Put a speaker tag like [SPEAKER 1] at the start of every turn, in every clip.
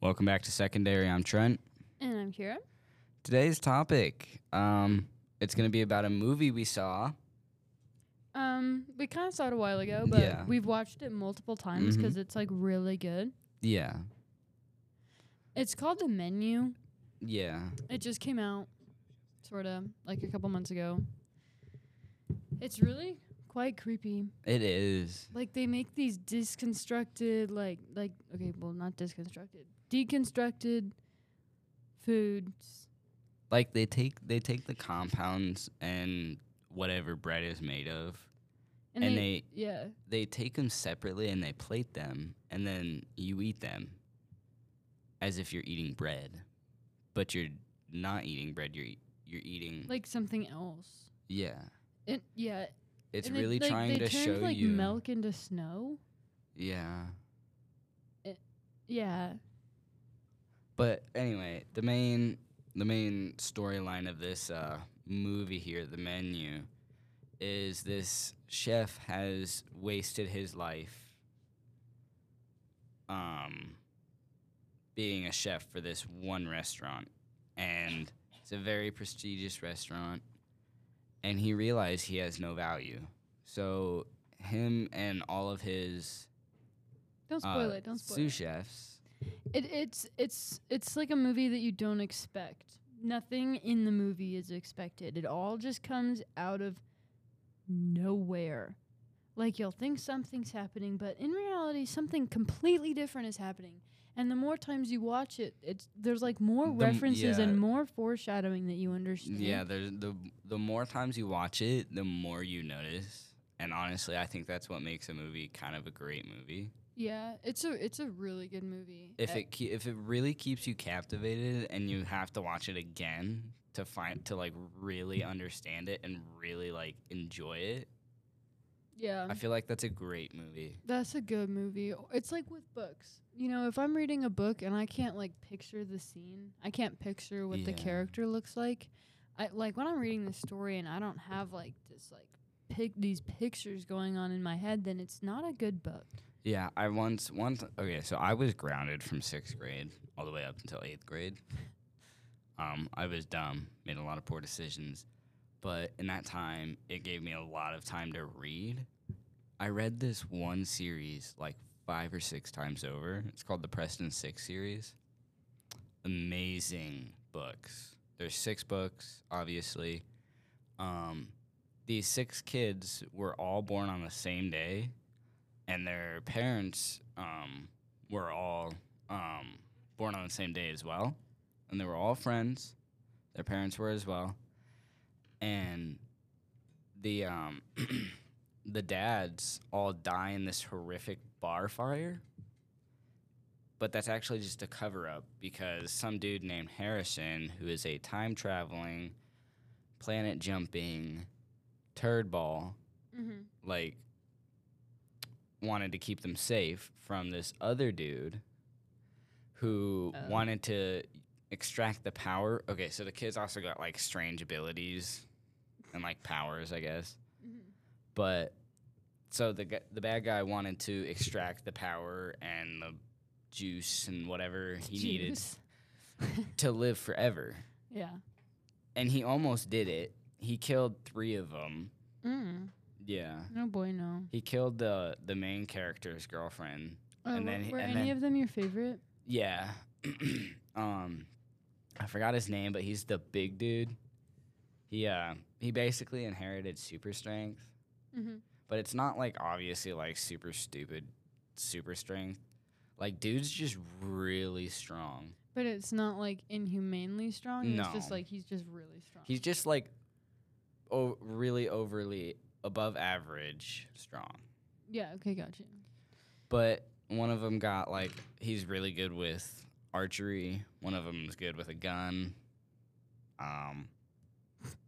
[SPEAKER 1] Welcome back to Secondary. I'm Trent.
[SPEAKER 2] And I'm Kira.
[SPEAKER 1] Today's topic, um, it's going to be about a movie we saw.
[SPEAKER 2] Um, we kind of saw it a while ago, but
[SPEAKER 1] Yeah.
[SPEAKER 2] we've watched it multiple times
[SPEAKER 1] Mhm.
[SPEAKER 2] because it's like really good.
[SPEAKER 1] Yeah.
[SPEAKER 2] It's called The Menu.
[SPEAKER 1] Yeah.
[SPEAKER 2] It just came out sort of like a couple months ago. It's really quite creepy.
[SPEAKER 1] It is.
[SPEAKER 2] Like they make these disconstructed like like okay, well not disconstructed. Deconstructed foods.
[SPEAKER 1] Like they take they take the compounds and whatever bread is made of.
[SPEAKER 2] And,
[SPEAKER 1] And
[SPEAKER 2] they, yeah.
[SPEAKER 1] They take them separately and they plate them and then you eat them as if you're eating bread. But you're not eating bread, you're e- you're eating
[SPEAKER 2] Like something else.
[SPEAKER 1] Yeah.
[SPEAKER 2] It yeah.
[SPEAKER 1] It's
[SPEAKER 2] and they-
[SPEAKER 1] really
[SPEAKER 2] like,
[SPEAKER 1] trying
[SPEAKER 2] they
[SPEAKER 1] to
[SPEAKER 2] turned,
[SPEAKER 1] show
[SPEAKER 2] like
[SPEAKER 1] you
[SPEAKER 2] milk into snow.
[SPEAKER 1] Yeah.
[SPEAKER 2] Yeah.
[SPEAKER 1] But anyway, the main the main storyline of this uh, movie here, the menu, is this chef has wasted his life, um, being a chef for this one restaurant, and it's a very prestigious restaurant, and he realized he has no value, so him and all of his
[SPEAKER 2] Don't spoil
[SPEAKER 1] uh,
[SPEAKER 2] it. Don't spoil
[SPEAKER 1] sous
[SPEAKER 2] it.
[SPEAKER 1] chefs
[SPEAKER 2] It, it's it's it's like a movie that you don't expect. Nothing in the movie is expected. It all just comes out of nowhere. Like you'll think something's happening, but in reality, something completely different is happening. And the more times you watch it, it's there's like more
[SPEAKER 1] The m-
[SPEAKER 2] references
[SPEAKER 1] yeah.
[SPEAKER 2] and more foreshadowing that you understand.
[SPEAKER 1] Yeah, there's the the more times you watch it, the more you notice. And honestly, I think that's what makes a movie kind of a great movie.
[SPEAKER 2] yeah. It's a it's a really good movie. Uh,
[SPEAKER 1] If it ke- if it really keeps you captivated and you have to watch it again to find to like really understand it and really like enjoy it,
[SPEAKER 2] yeah,
[SPEAKER 1] I feel like that's a great movie.
[SPEAKER 2] That's a good movie. O- It's like with books. You know, if I'm reading a book and I can't like picture the scene, I can't picture what the
[SPEAKER 1] Yeah.
[SPEAKER 2] character looks like. I like when I'm reading the story and I don't have like this like pic these pictures going on in my head, then it's not a good book.
[SPEAKER 1] Yeah, I once once okay, so I was grounded from sixth grade all the way up until eighth grade. Um, I was dumb, made a lot of poor decisions, but in that time, it gave me a lot of time to read. I read this one series like five or six times over. It's called the Preston Six series. Amazing books. There's six books, obviously. Um, these six kids were all born on the same day and their parents um, were all um, born on the same day as well, and they were all friends. Their parents were as well, and the um, the dads all die in this horrific bar fire. But that's actually just a cover up because some dude named Harrison, who is a time traveling, planet jumping, turd ball,
[SPEAKER 2] Mm-hmm.
[SPEAKER 1] like wanted to keep them safe from this other dude who
[SPEAKER 2] Oh.
[SPEAKER 1] wanted to extract the power. Okay, so the kids also got like strange abilities and like powers, I guess.
[SPEAKER 2] Mm-hmm.
[SPEAKER 1] But so the gu- the bad guy wanted to extract the power and the juice and whatever he needed to live forever.
[SPEAKER 2] Yeah.
[SPEAKER 1] And he almost did it. He killed 3 of them.
[SPEAKER 2] Mm.
[SPEAKER 1] Yeah.
[SPEAKER 2] No boy, no.
[SPEAKER 1] He killed the the main character's girlfriend.
[SPEAKER 2] Uh,
[SPEAKER 1] And
[SPEAKER 2] were-
[SPEAKER 1] then he-
[SPEAKER 2] were
[SPEAKER 1] and
[SPEAKER 2] any
[SPEAKER 1] then-
[SPEAKER 2] of them your favorite?
[SPEAKER 1] Yeah. um I forgot his name, but he's the big dude. He uh he basically inherited super strength,
[SPEAKER 2] Mm-hmm.
[SPEAKER 1] but it's not like obviously like super stupid super strength. Like dude's just really strong.
[SPEAKER 2] But it's not like inhumanely strong. It's just
[SPEAKER 1] No.
[SPEAKER 2] like he's just really strong.
[SPEAKER 1] He's just like oh really overly above average strong.
[SPEAKER 2] yeah. Okay. Gotcha.
[SPEAKER 1] But one of them got like he's really good with archery. One of them is good with a gun. Um,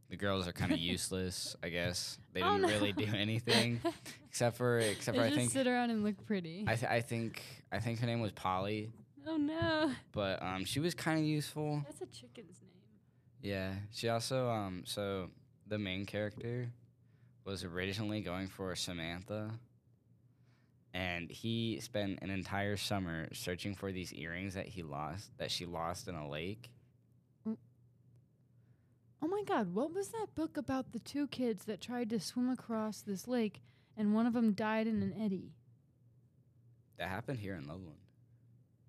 [SPEAKER 1] the girls are kind of useless, I guess. They
[SPEAKER 2] Oh,
[SPEAKER 1] didn't really
[SPEAKER 2] no.
[SPEAKER 1] do anything except for except for
[SPEAKER 2] they
[SPEAKER 1] I
[SPEAKER 2] just
[SPEAKER 1] think
[SPEAKER 2] sit around and look pretty.
[SPEAKER 1] I, th- I think I think her name was Polly,
[SPEAKER 2] oh no,
[SPEAKER 1] but um, she was kind of useful.
[SPEAKER 2] that's a chicken's name.
[SPEAKER 1] Yeah, she also um so the main character was originally going for Samantha, and he spent an entire summer searching for these earrings that he lost that she lost in a lake.
[SPEAKER 2] Oh my God, what was that book about the two kids that tried to swim across this lake and one of them died in an eddy?
[SPEAKER 1] That happened here in Loveland.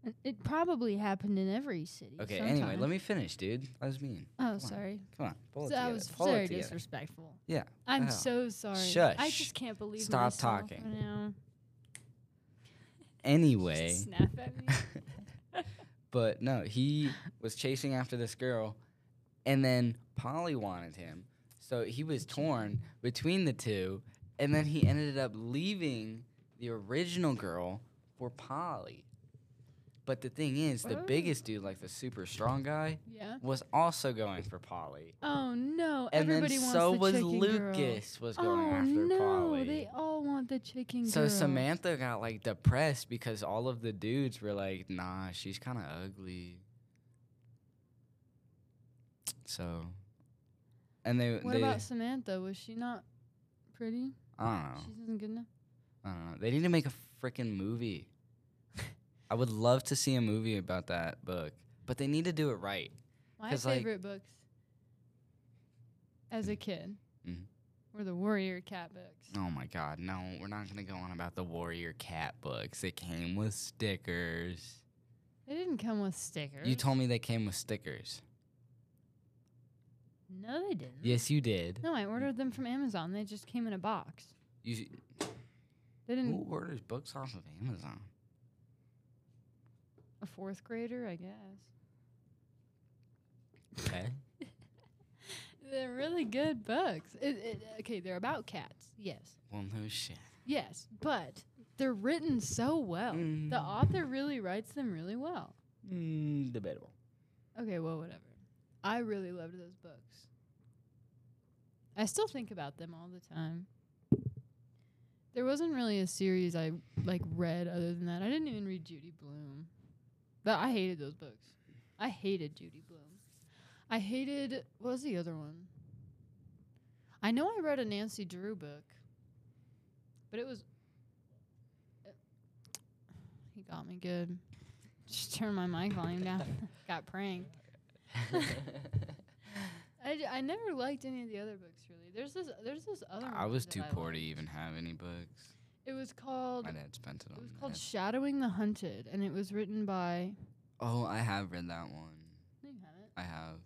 [SPEAKER 2] And It probably happened in every city.
[SPEAKER 1] Okay,
[SPEAKER 2] sometime.
[SPEAKER 1] anyway, let me finish, dude. I was mean.
[SPEAKER 2] Oh,
[SPEAKER 1] on.
[SPEAKER 2] sorry.
[SPEAKER 1] Come on, pull it
[SPEAKER 2] So I
[SPEAKER 1] together.
[SPEAKER 2] was
[SPEAKER 1] pull
[SPEAKER 2] very
[SPEAKER 1] it together.
[SPEAKER 2] disrespectful.
[SPEAKER 1] Yeah,
[SPEAKER 2] I'm
[SPEAKER 1] wow.
[SPEAKER 2] so sorry. I
[SPEAKER 1] Shush.
[SPEAKER 2] just can't believe
[SPEAKER 1] Stop
[SPEAKER 2] myself
[SPEAKER 1] talking.
[SPEAKER 2] right Now.
[SPEAKER 1] anyway,
[SPEAKER 2] Just snap at me.
[SPEAKER 1] but no, he was chasing after this girl, and then Polly wanted him, so he was torn between the two, and then he ended up leaving the original girl for Polly. But the thing is, the
[SPEAKER 2] Oh.
[SPEAKER 1] biggest dude, like the super strong guy,
[SPEAKER 2] yeah.
[SPEAKER 1] was also going for Polly.
[SPEAKER 2] Oh no.
[SPEAKER 1] And
[SPEAKER 2] Everybody
[SPEAKER 1] then
[SPEAKER 2] wants
[SPEAKER 1] so
[SPEAKER 2] the
[SPEAKER 1] was
[SPEAKER 2] chicken girl.
[SPEAKER 1] Lucas was going
[SPEAKER 2] oh
[SPEAKER 1] after
[SPEAKER 2] no,
[SPEAKER 1] Polly.
[SPEAKER 2] they all want the chicken
[SPEAKER 1] So
[SPEAKER 2] girl.
[SPEAKER 1] Samantha got like depressed because all of the dudes were like, "Nah, she's kind of ugly." So, and they
[SPEAKER 2] What
[SPEAKER 1] they
[SPEAKER 2] about Samantha? Was she not pretty?
[SPEAKER 1] I don't know,
[SPEAKER 2] She wasn't good enough.
[SPEAKER 1] I don't know. They need to make a freaking movie. I would love to see a movie about that book, but they need to do it right.
[SPEAKER 2] My
[SPEAKER 1] 'Cause, like-
[SPEAKER 2] favorite books as a kid
[SPEAKER 1] Mhm.
[SPEAKER 2] were the Warrior Cat books.
[SPEAKER 1] Oh my God, no, we're not gonna go on about the Warrior Cat books. They came with stickers.
[SPEAKER 2] They didn't come with stickers.
[SPEAKER 1] You told me they came with stickers.
[SPEAKER 2] No, they didn't.
[SPEAKER 1] Yes, you did.
[SPEAKER 2] No, I ordered them from Amazon. They just came in a box.
[SPEAKER 1] You
[SPEAKER 2] They didn't.
[SPEAKER 1] who orders books off of Amazon?
[SPEAKER 2] A fourth grader, I guess.
[SPEAKER 1] Okay.
[SPEAKER 2] They're really good books. It, it, okay, they're about cats. Yes.
[SPEAKER 1] Well, no shit.
[SPEAKER 2] Yes, but they're written so well. The
[SPEAKER 1] Mm.
[SPEAKER 2] author really writes them really well.
[SPEAKER 1] Mm, debatable.
[SPEAKER 2] Okay, well, whatever. I really loved those books. I still think about them all the time. There wasn't really a series I like read other than that. I didn't even read Judy Bloom. But I hated those books. I hated Judy Bloom. I hated what was the other one? I know I read a Nancy Drew book. But it was uh, he got me good. Just turned my mic volume down. got pranked. I, d- I never liked any of the other books really. There's this there's this other.
[SPEAKER 1] I
[SPEAKER 2] one
[SPEAKER 1] was
[SPEAKER 2] that
[SPEAKER 1] too poor to
[SPEAKER 2] liked.
[SPEAKER 1] even have any books.
[SPEAKER 2] It was called
[SPEAKER 1] My
[SPEAKER 2] it
[SPEAKER 1] dad spent it on
[SPEAKER 2] was called
[SPEAKER 1] that.
[SPEAKER 2] Shadowing the Hunted, and it was written by.
[SPEAKER 1] Oh, I have read that one.
[SPEAKER 2] No, you haven't.
[SPEAKER 1] I have.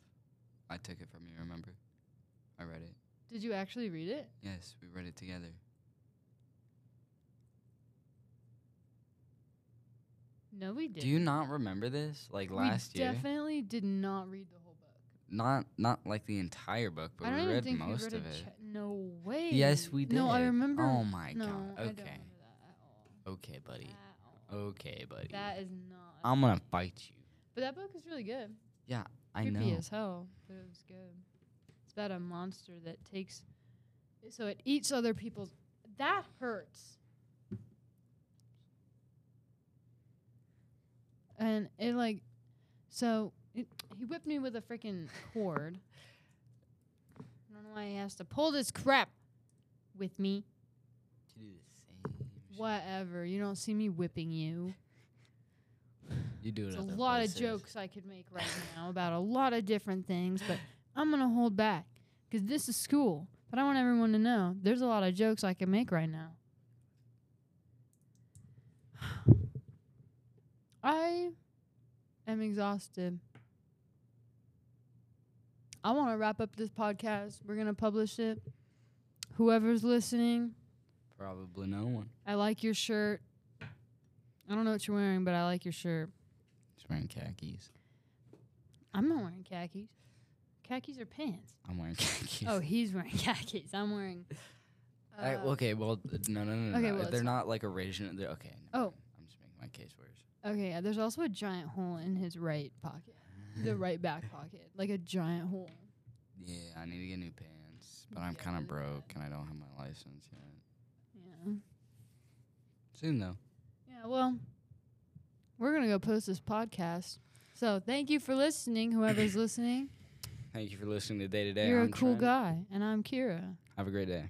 [SPEAKER 1] I took it from you, remember? I read it.
[SPEAKER 2] Did you actually read it?
[SPEAKER 1] Yes, we read it together.
[SPEAKER 2] No, we didn't.
[SPEAKER 1] Do you not remember this? Like last
[SPEAKER 2] we
[SPEAKER 1] year?
[SPEAKER 2] definitely did not read the whole book.
[SPEAKER 1] not not like the entire book, but
[SPEAKER 2] I
[SPEAKER 1] we
[SPEAKER 2] don't even
[SPEAKER 1] read
[SPEAKER 2] think
[SPEAKER 1] most
[SPEAKER 2] we read
[SPEAKER 1] of
[SPEAKER 2] a
[SPEAKER 1] it.
[SPEAKER 2] cha- no way.
[SPEAKER 1] Yes, we did.
[SPEAKER 2] No, I remember.
[SPEAKER 1] Oh my
[SPEAKER 2] no,
[SPEAKER 1] god.
[SPEAKER 2] I don't
[SPEAKER 1] Okay.
[SPEAKER 2] remember that at all.
[SPEAKER 1] Okay, buddy.
[SPEAKER 2] At all.
[SPEAKER 1] Okay, buddy. Um
[SPEAKER 2] That is not.
[SPEAKER 1] I'm gonna bite you.
[SPEAKER 2] but that book is really good.
[SPEAKER 1] I
[SPEAKER 2] creepy
[SPEAKER 1] know.
[SPEAKER 2] as hell, but it was good. It's about a monster that takes, so it eats other people's. That hurts. And it like, so it, he whipped me with a freaking cord. I don't know why he has to pull this crap with me.
[SPEAKER 1] To do the same. shit.
[SPEAKER 2] Whatever. You don't see me whipping you.
[SPEAKER 1] You do it.
[SPEAKER 2] There's a
[SPEAKER 1] other
[SPEAKER 2] lot
[SPEAKER 1] places.
[SPEAKER 2] of jokes I could make right now about a lot of different things, but I'm gonna hold back because this is school. But I want everyone to know there's a lot of jokes I can make right now. I am exhausted. I want to wrap up this podcast. We're gonna publish it. Whoever's listening,
[SPEAKER 1] Probably no one.
[SPEAKER 2] I like your shirt. I don't know what you're wearing, but I like your shirt.
[SPEAKER 1] He's wearing khakis.
[SPEAKER 2] I'm not wearing khakis. Khakis are pants.
[SPEAKER 1] I'm wearing khakis.
[SPEAKER 2] Oh, he's wearing khakis. I'm wearing.
[SPEAKER 1] I-
[SPEAKER 2] uh,
[SPEAKER 1] okay, well, th- no, no, no, no.
[SPEAKER 2] okay,
[SPEAKER 1] no.
[SPEAKER 2] well, it's
[SPEAKER 1] they're
[SPEAKER 2] fine.
[SPEAKER 1] not like original. They're, okay. never
[SPEAKER 2] Oh.
[SPEAKER 1] mind. I'm just making my case worse.
[SPEAKER 2] uh, okay, yeah, there's also a giant hole in his right pocket, the right back pocket, like a giant hole.
[SPEAKER 1] Yeah, I need to get new pants, but I'm
[SPEAKER 2] Yeah,
[SPEAKER 1] kind
[SPEAKER 2] really
[SPEAKER 1] of
[SPEAKER 2] bad.
[SPEAKER 1] broke and I don't have my license yet.
[SPEAKER 2] Yeah.
[SPEAKER 1] Soon though.
[SPEAKER 2] Yeah. Well, we're gonna go post this podcast. So thank you for listening, whoever's listening.
[SPEAKER 1] Thank you for listening to Day to Day.
[SPEAKER 2] You're
[SPEAKER 1] I'm
[SPEAKER 2] a cool
[SPEAKER 1] Trent.
[SPEAKER 2] guy, and I'm Kira.
[SPEAKER 1] Have a great day.